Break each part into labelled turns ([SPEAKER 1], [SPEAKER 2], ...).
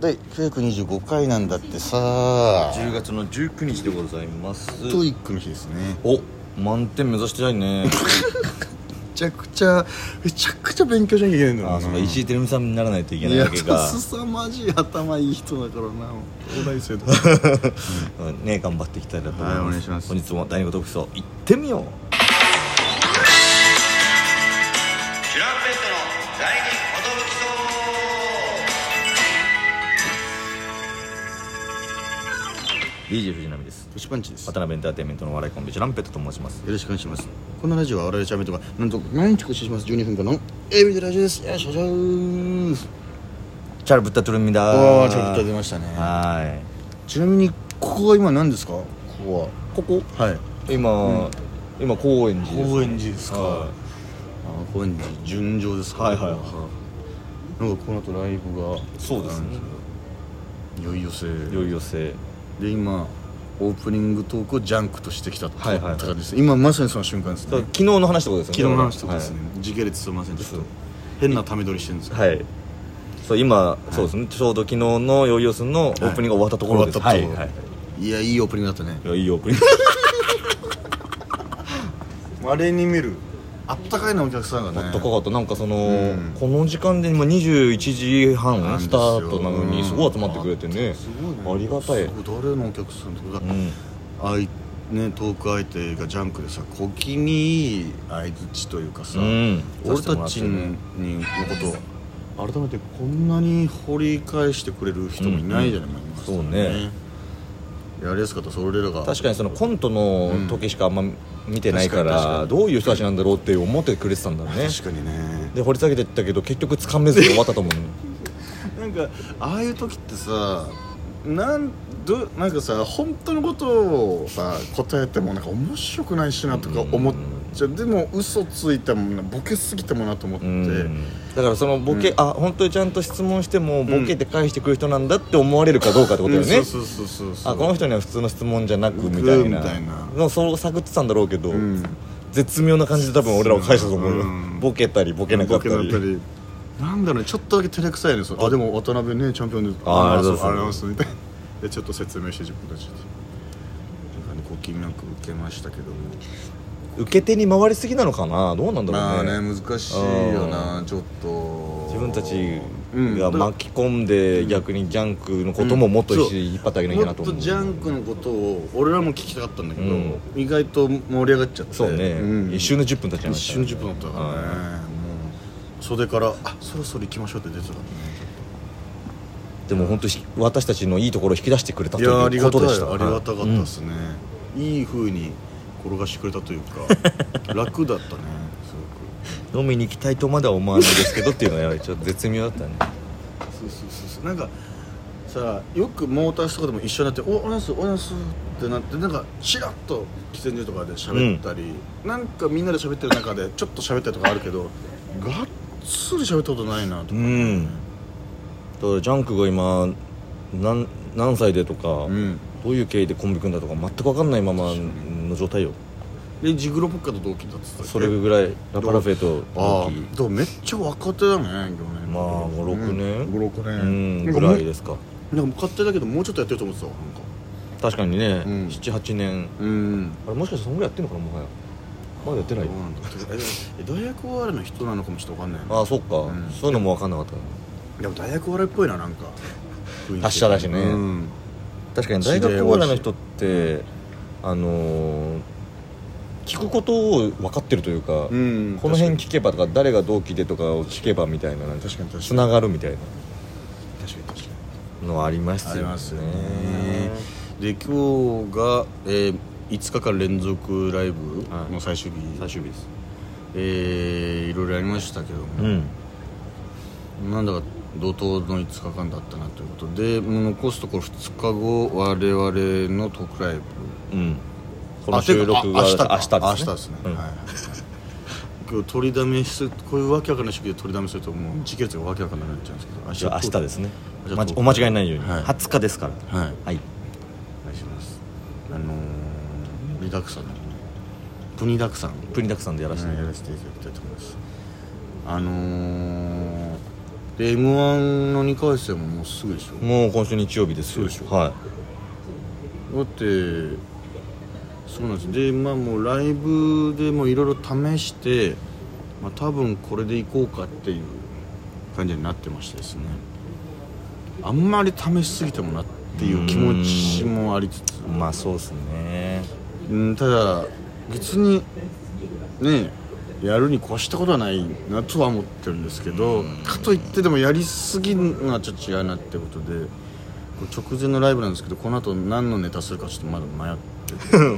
[SPEAKER 1] 第925回なんだってさ
[SPEAKER 2] 10月の19日でございます
[SPEAKER 1] トイックの日ですね
[SPEAKER 2] お満点目指してな いね
[SPEAKER 1] めちゃくちゃめちゃくちゃ勉強しなきゃいけないんだもん
[SPEAKER 2] あ
[SPEAKER 1] な
[SPEAKER 2] あそうか石井照美さんにならないといけ
[SPEAKER 1] い
[SPEAKER 2] ない
[SPEAKER 1] や
[SPEAKER 2] わけか
[SPEAKER 1] すさまじい頭いい人だからな東大生だ
[SPEAKER 2] うんね頑張っていきたいなと思います,、
[SPEAKER 1] はいお願いします
[SPEAKER 2] 本日も第二トークスを行ってみよう
[SPEAKER 3] キュランペットの第二き
[SPEAKER 2] DJ 藤波です
[SPEAKER 1] 年パンチです
[SPEAKER 2] 渡辺エンターテインメントのお笑いコンビチュランペットと申します
[SPEAKER 1] よろしくお願いしますこのラジオは我々チャンネルとかなんと毎日更新します12分間のエビでラジオですよいしょしょー
[SPEAKER 2] チャルブッタトゥルミだ
[SPEAKER 1] あーちょっと出ましたね
[SPEAKER 2] は
[SPEAKER 1] ちなみにここは今何ですかここはここはい
[SPEAKER 2] い今、今高円寺です
[SPEAKER 1] 高円寺ですか
[SPEAKER 2] は
[SPEAKER 1] あ高円寺純情ですか
[SPEAKER 2] はいはいはい
[SPEAKER 1] はいなんかこの後ライブが
[SPEAKER 2] いそうですね
[SPEAKER 1] いよいよせ
[SPEAKER 2] いよいよせ
[SPEAKER 1] で今オープニングトークをジャンクとしてきたって
[SPEAKER 2] はいはいはい
[SPEAKER 1] 感じですね今まさにその瞬間です
[SPEAKER 2] だ
[SPEAKER 1] ね
[SPEAKER 2] から昨日の話ってことです
[SPEAKER 1] 昨
[SPEAKER 2] よね
[SPEAKER 1] 日の話とかです
[SPEAKER 2] は
[SPEAKER 1] ね
[SPEAKER 2] い
[SPEAKER 1] 時系列すいませんちょっ
[SPEAKER 2] そ
[SPEAKER 1] と
[SPEAKER 2] う
[SPEAKER 1] 変なため撮りしてるんですよ
[SPEAKER 2] はいそう今、そうですねちょうど昨日のヨイヨスンのオープニングが終わったところです、
[SPEAKER 1] 終わったところ
[SPEAKER 2] はいはい
[SPEAKER 1] いやいいオープニングだったね
[SPEAKER 2] いやいいオープニン
[SPEAKER 1] あれに見るあったかいなお客さんがね
[SPEAKER 2] グとかかったなんかその、
[SPEAKER 1] うん
[SPEAKER 2] この時間で今21時半
[SPEAKER 1] なんです
[SPEAKER 2] ス
[SPEAKER 1] よ
[SPEAKER 2] タートなのに
[SPEAKER 1] うん
[SPEAKER 2] すごい集まってくれてね,、
[SPEAKER 1] すごいね
[SPEAKER 2] ありがたい
[SPEAKER 1] すご誰のお客さんとか
[SPEAKER 2] う、ん
[SPEAKER 1] あいねトーク相手がジャンクでさ小気味いい相づちというかさ、
[SPEAKER 2] うん
[SPEAKER 1] 俺たちにのことを改めてこんなに掘り返してくれる人もいないじゃない、
[SPEAKER 2] うん
[SPEAKER 1] 今
[SPEAKER 2] そうね
[SPEAKER 1] やりやすかったそれらが
[SPEAKER 2] 確かにそのコントの時しかあんま見てないか、
[SPEAKER 1] うん確からに確かに
[SPEAKER 2] どういう人たちなんだろうって思ってくれてたんだろうね
[SPEAKER 1] 確かにね
[SPEAKER 2] で掘り下げてったけど結局掴めずに終わったと思うね
[SPEAKER 1] なんかああいう時ってさなんどなんかさ本当のことをさ答えてもなんか面白くないしなとか思っちゃう、でも嘘ついたもんなボケすぎたもんなと思って、
[SPEAKER 2] うんだからそのボケ、あ本当にちゃんと質問してもボケて返してくる人なんだって思われるかどうかってことだよね、
[SPEAKER 1] うんそうそうそうそうそう
[SPEAKER 2] あこの人には普通の質問じゃなくみたいな
[SPEAKER 1] みたいな
[SPEAKER 2] のそう探ってたんだろうけど、
[SPEAKER 1] ん
[SPEAKER 2] 絶妙な感じで多分俺らを返したと思うよ、
[SPEAKER 1] うん
[SPEAKER 2] ボケたりボケなかったり
[SPEAKER 1] ボケななんだろうねちょっとだけ照れくさいねそうあでも渡辺ねチャンピオンで
[SPEAKER 2] あありがとう
[SPEAKER 1] あ
[SPEAKER 2] ござい
[SPEAKER 1] りがとうございます
[SPEAKER 2] ま
[SPEAKER 1] みたいなでちょっと説明して自分たちでなんかねこう気味なく受けましたけども
[SPEAKER 2] 受け手に回りすぎなのかなどうなんだろう
[SPEAKER 1] まあ
[SPEAKER 2] ね,、
[SPEAKER 1] ね難しいよなちょっと
[SPEAKER 2] 自分たち
[SPEAKER 1] うん
[SPEAKER 2] が
[SPEAKER 1] だから
[SPEAKER 2] 巻き込んで逆にジャンクのことももっと
[SPEAKER 1] うんそう
[SPEAKER 2] 引っ張ってあげなきゃ
[SPEAKER 1] も
[SPEAKER 2] な
[SPEAKER 1] っ
[SPEAKER 2] と思
[SPEAKER 1] と
[SPEAKER 2] う、
[SPEAKER 1] ジャンクのことを俺らも聞きたかったんだけど、
[SPEAKER 2] うん
[SPEAKER 1] 意外と盛り上がっちゃって
[SPEAKER 2] そうね、
[SPEAKER 1] ん
[SPEAKER 2] 一瞬の10分経っちゃいま
[SPEAKER 1] 一
[SPEAKER 2] した
[SPEAKER 1] 瞬10分だったからね、もう袖から「あそろそろ行きましょう」って出てたからね
[SPEAKER 2] でも本当に私たちのいいところを引き出してくれたと
[SPEAKER 1] い
[SPEAKER 2] い
[SPEAKER 1] やあり
[SPEAKER 2] うこ
[SPEAKER 1] がた
[SPEAKER 2] と
[SPEAKER 1] い
[SPEAKER 2] でした
[SPEAKER 1] ありがたかった
[SPEAKER 2] うん
[SPEAKER 1] ですね、いいふうに転がしてくれたという か楽だったねす
[SPEAKER 2] 飲みに行きたいとまでは思わないですけどっていうのはやはりちょっと絶妙だったね
[SPEAKER 1] ごくそうそうそうそうなんかさあよくモータースとかでも一緒になって「おおやすおやす」ってなってなんかちらっと喫煙所とかで喋ったり、なんかみんなで喋ってる中でちょっと喋ったりとかあるけどがっつり喋ったことないなと
[SPEAKER 2] う
[SPEAKER 1] か、
[SPEAKER 2] んだからジャンクが今何何歳でとか、
[SPEAKER 1] うん
[SPEAKER 2] どういう経緯でコンビ組んだとか全く分かんないままの状態よ
[SPEAKER 1] でジグロポッカと同期だってたっけ
[SPEAKER 2] それぐらいラパラフェと
[SPEAKER 1] あ
[SPEAKER 2] 同期
[SPEAKER 1] あでもめっちゃ若手だね去年
[SPEAKER 2] まあ56年
[SPEAKER 1] 56
[SPEAKER 2] うん
[SPEAKER 1] 年
[SPEAKER 2] ぐらい
[SPEAKER 1] す
[SPEAKER 2] ですか
[SPEAKER 1] なんか勝手だけどもうちょっとやってると思ってたわなんか
[SPEAKER 2] 確かにね、
[SPEAKER 1] うん
[SPEAKER 2] 78年
[SPEAKER 1] うん
[SPEAKER 2] あれもしかしてそんぐらいやってんのかなもはやまだやってない
[SPEAKER 1] そうなんだえ大学お笑いの人なのかもちょっとわかんないな
[SPEAKER 2] ああそっか、
[SPEAKER 1] ん
[SPEAKER 2] そういうのも分かんなかったな
[SPEAKER 1] でも大学お笑いっぽいななんか雰囲気
[SPEAKER 2] 達者だしね
[SPEAKER 1] うん
[SPEAKER 2] 確かに大学お笑いの人ってあのー聞くことを分かってるというか、
[SPEAKER 1] うん
[SPEAKER 2] この辺聞けばとか誰が同期でとかを聞けばみたいななんか
[SPEAKER 1] 確かに確かに
[SPEAKER 2] つながるみたい
[SPEAKER 1] 確かに確かに
[SPEAKER 2] なのはありますよ
[SPEAKER 1] あ
[SPEAKER 2] ね
[SPEAKER 1] りますよねで今日が、えー、5日間連続ライブの最終日、
[SPEAKER 2] 最終日です
[SPEAKER 1] えー、いろいろありましたけども、
[SPEAKER 2] うん
[SPEAKER 1] なんだか怒涛の5日間だったなということでもう残すところ2日後我々のトークライブ
[SPEAKER 2] うんこ
[SPEAKER 1] あ
[SPEAKER 2] の収録が
[SPEAKER 1] てかあ
[SPEAKER 2] 明
[SPEAKER 1] 明
[SPEAKER 2] 日
[SPEAKER 1] 日
[SPEAKER 2] で
[SPEAKER 1] ですす
[SPEAKER 2] ね
[SPEAKER 1] ね
[SPEAKER 2] うん
[SPEAKER 1] はい今日取りだめするこういうわけわかんない職業で取りだめするともう時系列がわけわかんなくなっちゃうんですけど明
[SPEAKER 2] じゃあ明日ですね
[SPEAKER 1] じゃあ
[SPEAKER 2] まお間違いないように、
[SPEAKER 1] はい
[SPEAKER 2] 20日ですから
[SPEAKER 1] はい
[SPEAKER 2] はい
[SPEAKER 1] お願いしますあのー、盛りだくさんなんでプニだくさん
[SPEAKER 2] プリンダクさんでやらせていただき
[SPEAKER 1] や
[SPEAKER 2] ま
[SPEAKER 1] ら
[SPEAKER 2] す
[SPEAKER 1] せていただきたいと思いますあのー、で m 1の2回戦ももうすぐでしょ
[SPEAKER 2] もう今週日曜日ですよ
[SPEAKER 1] そうでしょ
[SPEAKER 2] は
[SPEAKER 1] だってそうなんですでまあもうライブでもいろいろ試して、まあ、多分これでいこうかっていう感じになってましたですねあんまり試しすぎてもなっていう気持ちもありつつ
[SPEAKER 2] いまあそうですね
[SPEAKER 1] うんただ別にねやるに越したことはないなとは思ってるんですけどかといってでもやりすぎるのはちょっと違うなってことでこれ直前のライブなんですけどこの後何のネタするかちょっとまだ迷ってて、はい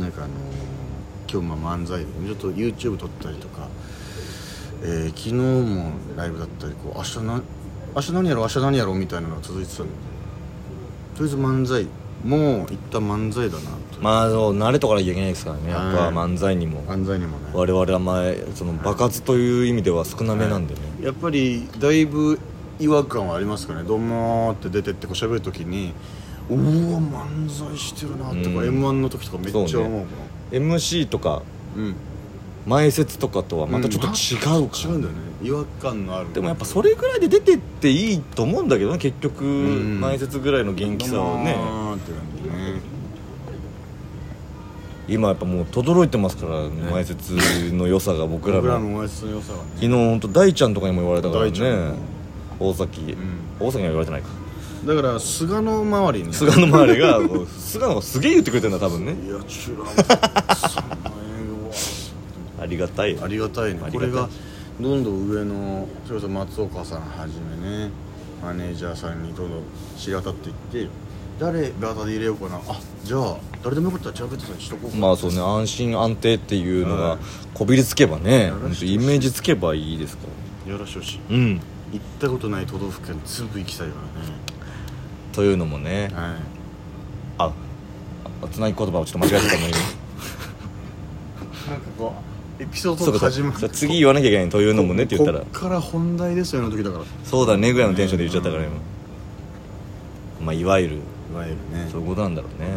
[SPEAKER 1] なんかあのー今日まあ漫才でちょっと YouTube 撮ったりとか、えー昨日もライブだったりこう明日な明日何やろう明日何やろうみたいなのが続いてたんでとりあえず漫才もう一旦漫才だなと、
[SPEAKER 2] まあそう慣れとからいけないですからねやっぱ
[SPEAKER 1] はい
[SPEAKER 2] 漫才にも
[SPEAKER 1] 漫才にもね
[SPEAKER 2] 我々は前その爆発という意味では少なめなんでね
[SPEAKER 1] やっぱりだいぶ違和感はありますかね「どうも」って出てってこう喋る時にうわ漫才してるなってこう、
[SPEAKER 2] うん
[SPEAKER 1] m 1の時とかめっちゃ
[SPEAKER 2] そう
[SPEAKER 1] 思う
[SPEAKER 2] ね
[SPEAKER 1] もん
[SPEAKER 2] MC とか
[SPEAKER 1] うん
[SPEAKER 2] 前説とかとはまたちょっと違うから、
[SPEAKER 1] 違うんだよね違和感がある
[SPEAKER 2] でもやっぱそれぐらいで出てっていいと思うんだけどね結局
[SPEAKER 1] ん
[SPEAKER 2] 前説ぐらいの元気さをね
[SPEAKER 1] どうもーって感じね
[SPEAKER 2] 今やっぱもう轟いてますから前説の良さが僕ら
[SPEAKER 1] 僕ら
[SPEAKER 2] の
[SPEAKER 1] のおやつの良さはね
[SPEAKER 2] 昨日本当大ちゃんとかにも言われたから
[SPEAKER 1] 大ちゃん
[SPEAKER 2] ね大崎、大崎には言われてないか
[SPEAKER 1] だから菅の周りに
[SPEAKER 2] 菅の周りがもう菅野がすげえ言ってくれてるんだ多分ね
[SPEAKER 1] いやチュラさんの映画は
[SPEAKER 2] ありがたい
[SPEAKER 1] ありがたいね
[SPEAKER 2] ありがたい
[SPEAKER 1] これがどんどん上のそれこそ松岡さんはじめねマネージャーさんにどんどん知り渡っていって誰バタで入れようかなあじゃあ誰でもよかったらチャーベットさんにしとこうか
[SPEAKER 2] まあそうね安心安定っていうの
[SPEAKER 1] は
[SPEAKER 2] が
[SPEAKER 1] い
[SPEAKER 2] こびりつけばね
[SPEAKER 1] よ
[SPEAKER 2] 本
[SPEAKER 1] ろ
[SPEAKER 2] 当
[SPEAKER 1] しいです
[SPEAKER 2] イメージつけばいいですから
[SPEAKER 1] やらしよし
[SPEAKER 2] うん
[SPEAKER 1] 行ったことない都道府県全部行きたいから
[SPEAKER 2] というのも
[SPEAKER 1] ねは
[SPEAKER 2] ね
[SPEAKER 1] い
[SPEAKER 2] ああつなぎ言葉をちょっと間違えてた もん今
[SPEAKER 1] なんかこうエピソー
[SPEAKER 2] そう
[SPEAKER 1] ド
[SPEAKER 2] か
[SPEAKER 1] が
[SPEAKER 2] そ
[SPEAKER 1] 始
[SPEAKER 2] う
[SPEAKER 1] ま
[SPEAKER 2] かそう
[SPEAKER 1] る
[SPEAKER 2] 次言わなきゃいけないというのもねって言ったら
[SPEAKER 1] こっから本題ですよねの時だからい
[SPEAKER 2] そうだねぐらいのテンションで言っちゃったから今まあいわゆる
[SPEAKER 1] わゆるね
[SPEAKER 2] そういうことなんだろうね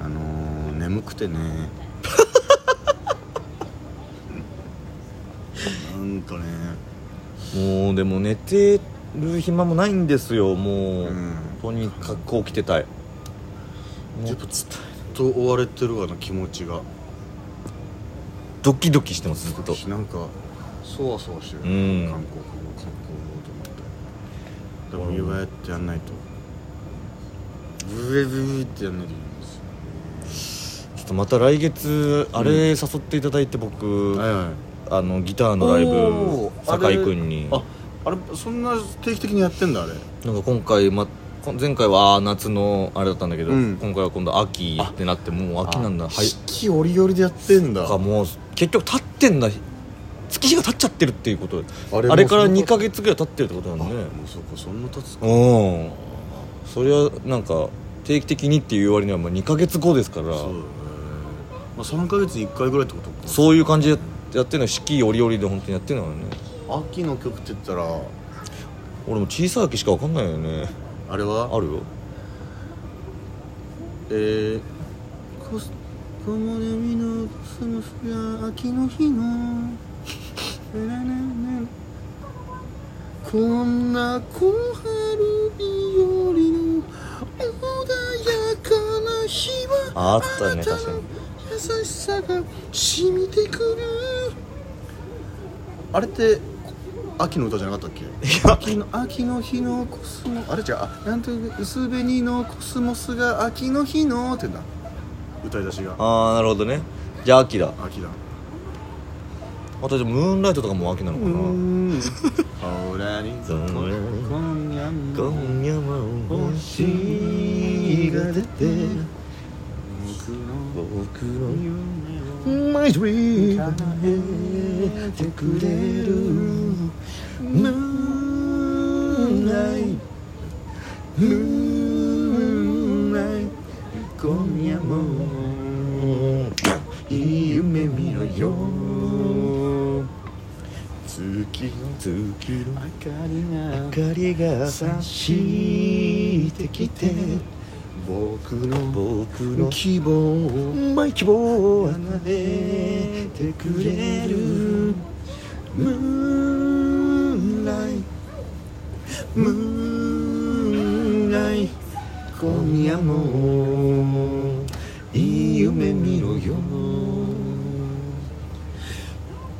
[SPEAKER 1] うんあのー、眠く てねなんかね
[SPEAKER 2] もうでも寝てる暇もないんですよもう、
[SPEAKER 1] うん
[SPEAKER 2] とにかくこう来てたいも
[SPEAKER 1] やっ
[SPEAKER 2] う
[SPEAKER 1] ぱずっと追われてるわな気持ちが
[SPEAKER 2] ドキドキしてますずっと
[SPEAKER 1] なんかそわそわしてる、
[SPEAKER 2] う
[SPEAKER 1] 韓
[SPEAKER 2] ん
[SPEAKER 1] 国語韓国語と思ってでも岩やってやんないとブエブエブエってやんないといけないんですよ
[SPEAKER 2] ちょっとまた来月あれ誘っていただいて僕、
[SPEAKER 1] はいはい
[SPEAKER 2] あのギターのライブ
[SPEAKER 1] おー
[SPEAKER 2] 酒井君に
[SPEAKER 1] ああれそんな定期的にやってんだあれ
[SPEAKER 2] なんか今回、ま、こ前回は夏のあれだったんだけど、
[SPEAKER 1] うん
[SPEAKER 2] 今回は今度秋ってなってもう秋なんだ
[SPEAKER 1] あ
[SPEAKER 2] はい
[SPEAKER 1] 四季折々でやってんだ
[SPEAKER 2] かもう結局経ってんだ月日が経っちゃってるっていうこと
[SPEAKER 1] あれ
[SPEAKER 2] あれ
[SPEAKER 1] も
[SPEAKER 2] から
[SPEAKER 1] そんな
[SPEAKER 2] 2か月ぐらい経ってるってことなんだね
[SPEAKER 1] もうそこそんな経つか
[SPEAKER 2] うんそれはなんか定期的にっていう割にはもう2か月後ですから
[SPEAKER 1] そう
[SPEAKER 2] そ
[SPEAKER 1] だ
[SPEAKER 2] う
[SPEAKER 1] ね、まあ、3ヶ月に1回ぐらいってことか
[SPEAKER 2] いう感じでやってるの四季折々で本当にやってるのはね
[SPEAKER 1] 秋の曲って言ったら
[SPEAKER 2] 俺も小さい秋しか分かんないよね
[SPEAKER 1] あれは
[SPEAKER 2] あるよ
[SPEAKER 1] えーこす木漏れ日のすむすや秋の日のうらららこんな小春日和の穏やかな日は
[SPEAKER 2] あっ
[SPEAKER 1] あ
[SPEAKER 2] たね
[SPEAKER 1] な
[SPEAKER 2] 確かに
[SPEAKER 1] 優しさが染みてくるあれって秋の歌じゃなかったっけ秋の秋の日のコスモあれ違うあなんというか薄紅のコスモスが秋の日のってな歌い出しが
[SPEAKER 2] ああなるほどねじゃあ秋だ
[SPEAKER 1] 秋だ
[SPEAKER 2] あとじゃあムーンライトとかも秋なの
[SPEAKER 1] う
[SPEAKER 2] かな
[SPEAKER 1] ーんほらり
[SPEAKER 2] そらり
[SPEAKER 1] 今夜も
[SPEAKER 2] 今夜も
[SPEAKER 1] 星が出て僕の
[SPEAKER 2] 僕の
[SPEAKER 1] 夢を
[SPEAKER 2] マイドリ
[SPEAKER 1] 叶えてくれるムーンライトムーンライト今夜もいい夢見ろよ月の
[SPEAKER 2] 月の
[SPEAKER 1] 明かりが
[SPEAKER 2] 光が
[SPEAKER 1] 差してきて
[SPEAKER 4] 僕の
[SPEAKER 2] 僕の
[SPEAKER 4] 希望
[SPEAKER 2] マイ希望は
[SPEAKER 4] 離れてくれるムーンライトムーンライト今夜もいい夢見ろよ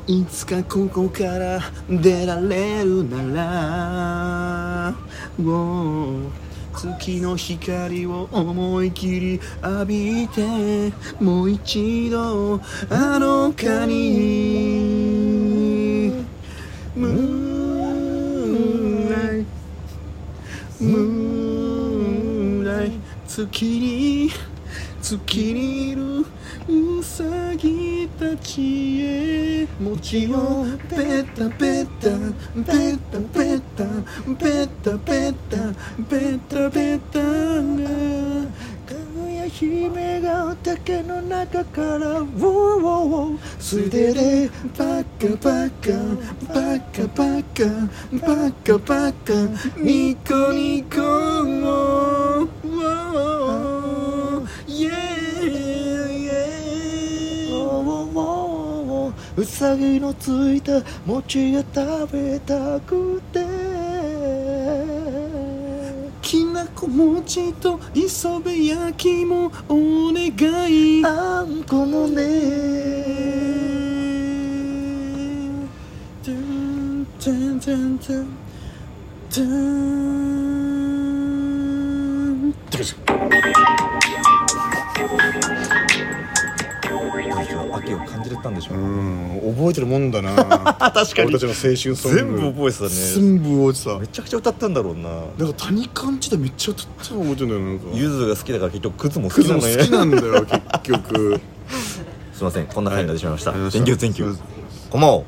[SPEAKER 4] いつかここから出られるなら、Oh 月の光を思い切り浴びてもう一度あの丘にムーンライトムーンライト月に月にいるうさぎたちへ餅をペタペタペタペタペタペタペタペタがかや姫が竹の中からウォーウォーウォー素手でパカパカパカパカパカパカニコニコをウォーイエーイイエーイうさぎのついた餅が食べたくてきなこ餅と磯辺焼きもお願いあんこもねてんてんてんてんてん
[SPEAKER 2] 秋を感じれたんでしょ
[SPEAKER 4] う
[SPEAKER 2] う、
[SPEAKER 4] ん覚えてるもんだな確
[SPEAKER 2] かに
[SPEAKER 4] 俺たちの青春ソング
[SPEAKER 2] 全部覚えてたね
[SPEAKER 4] 全部覚え
[SPEAKER 2] め
[SPEAKER 4] て
[SPEAKER 2] ちゃくちゃ歌ったんだろうな
[SPEAKER 4] たなんか谷勘時代めっちゃとっても覚えてるんだよなんか
[SPEAKER 2] ゆずが好きだから結局クズも好
[SPEAKER 4] ク
[SPEAKER 2] き
[SPEAKER 4] ズ
[SPEAKER 2] な
[SPEAKER 4] も
[SPEAKER 2] の
[SPEAKER 4] 好
[SPEAKER 2] よ
[SPEAKER 4] きなんだよ結局
[SPEAKER 2] すいませんこんな回になってしまいました、
[SPEAKER 4] はい
[SPEAKER 2] Thank you thank you こんばんは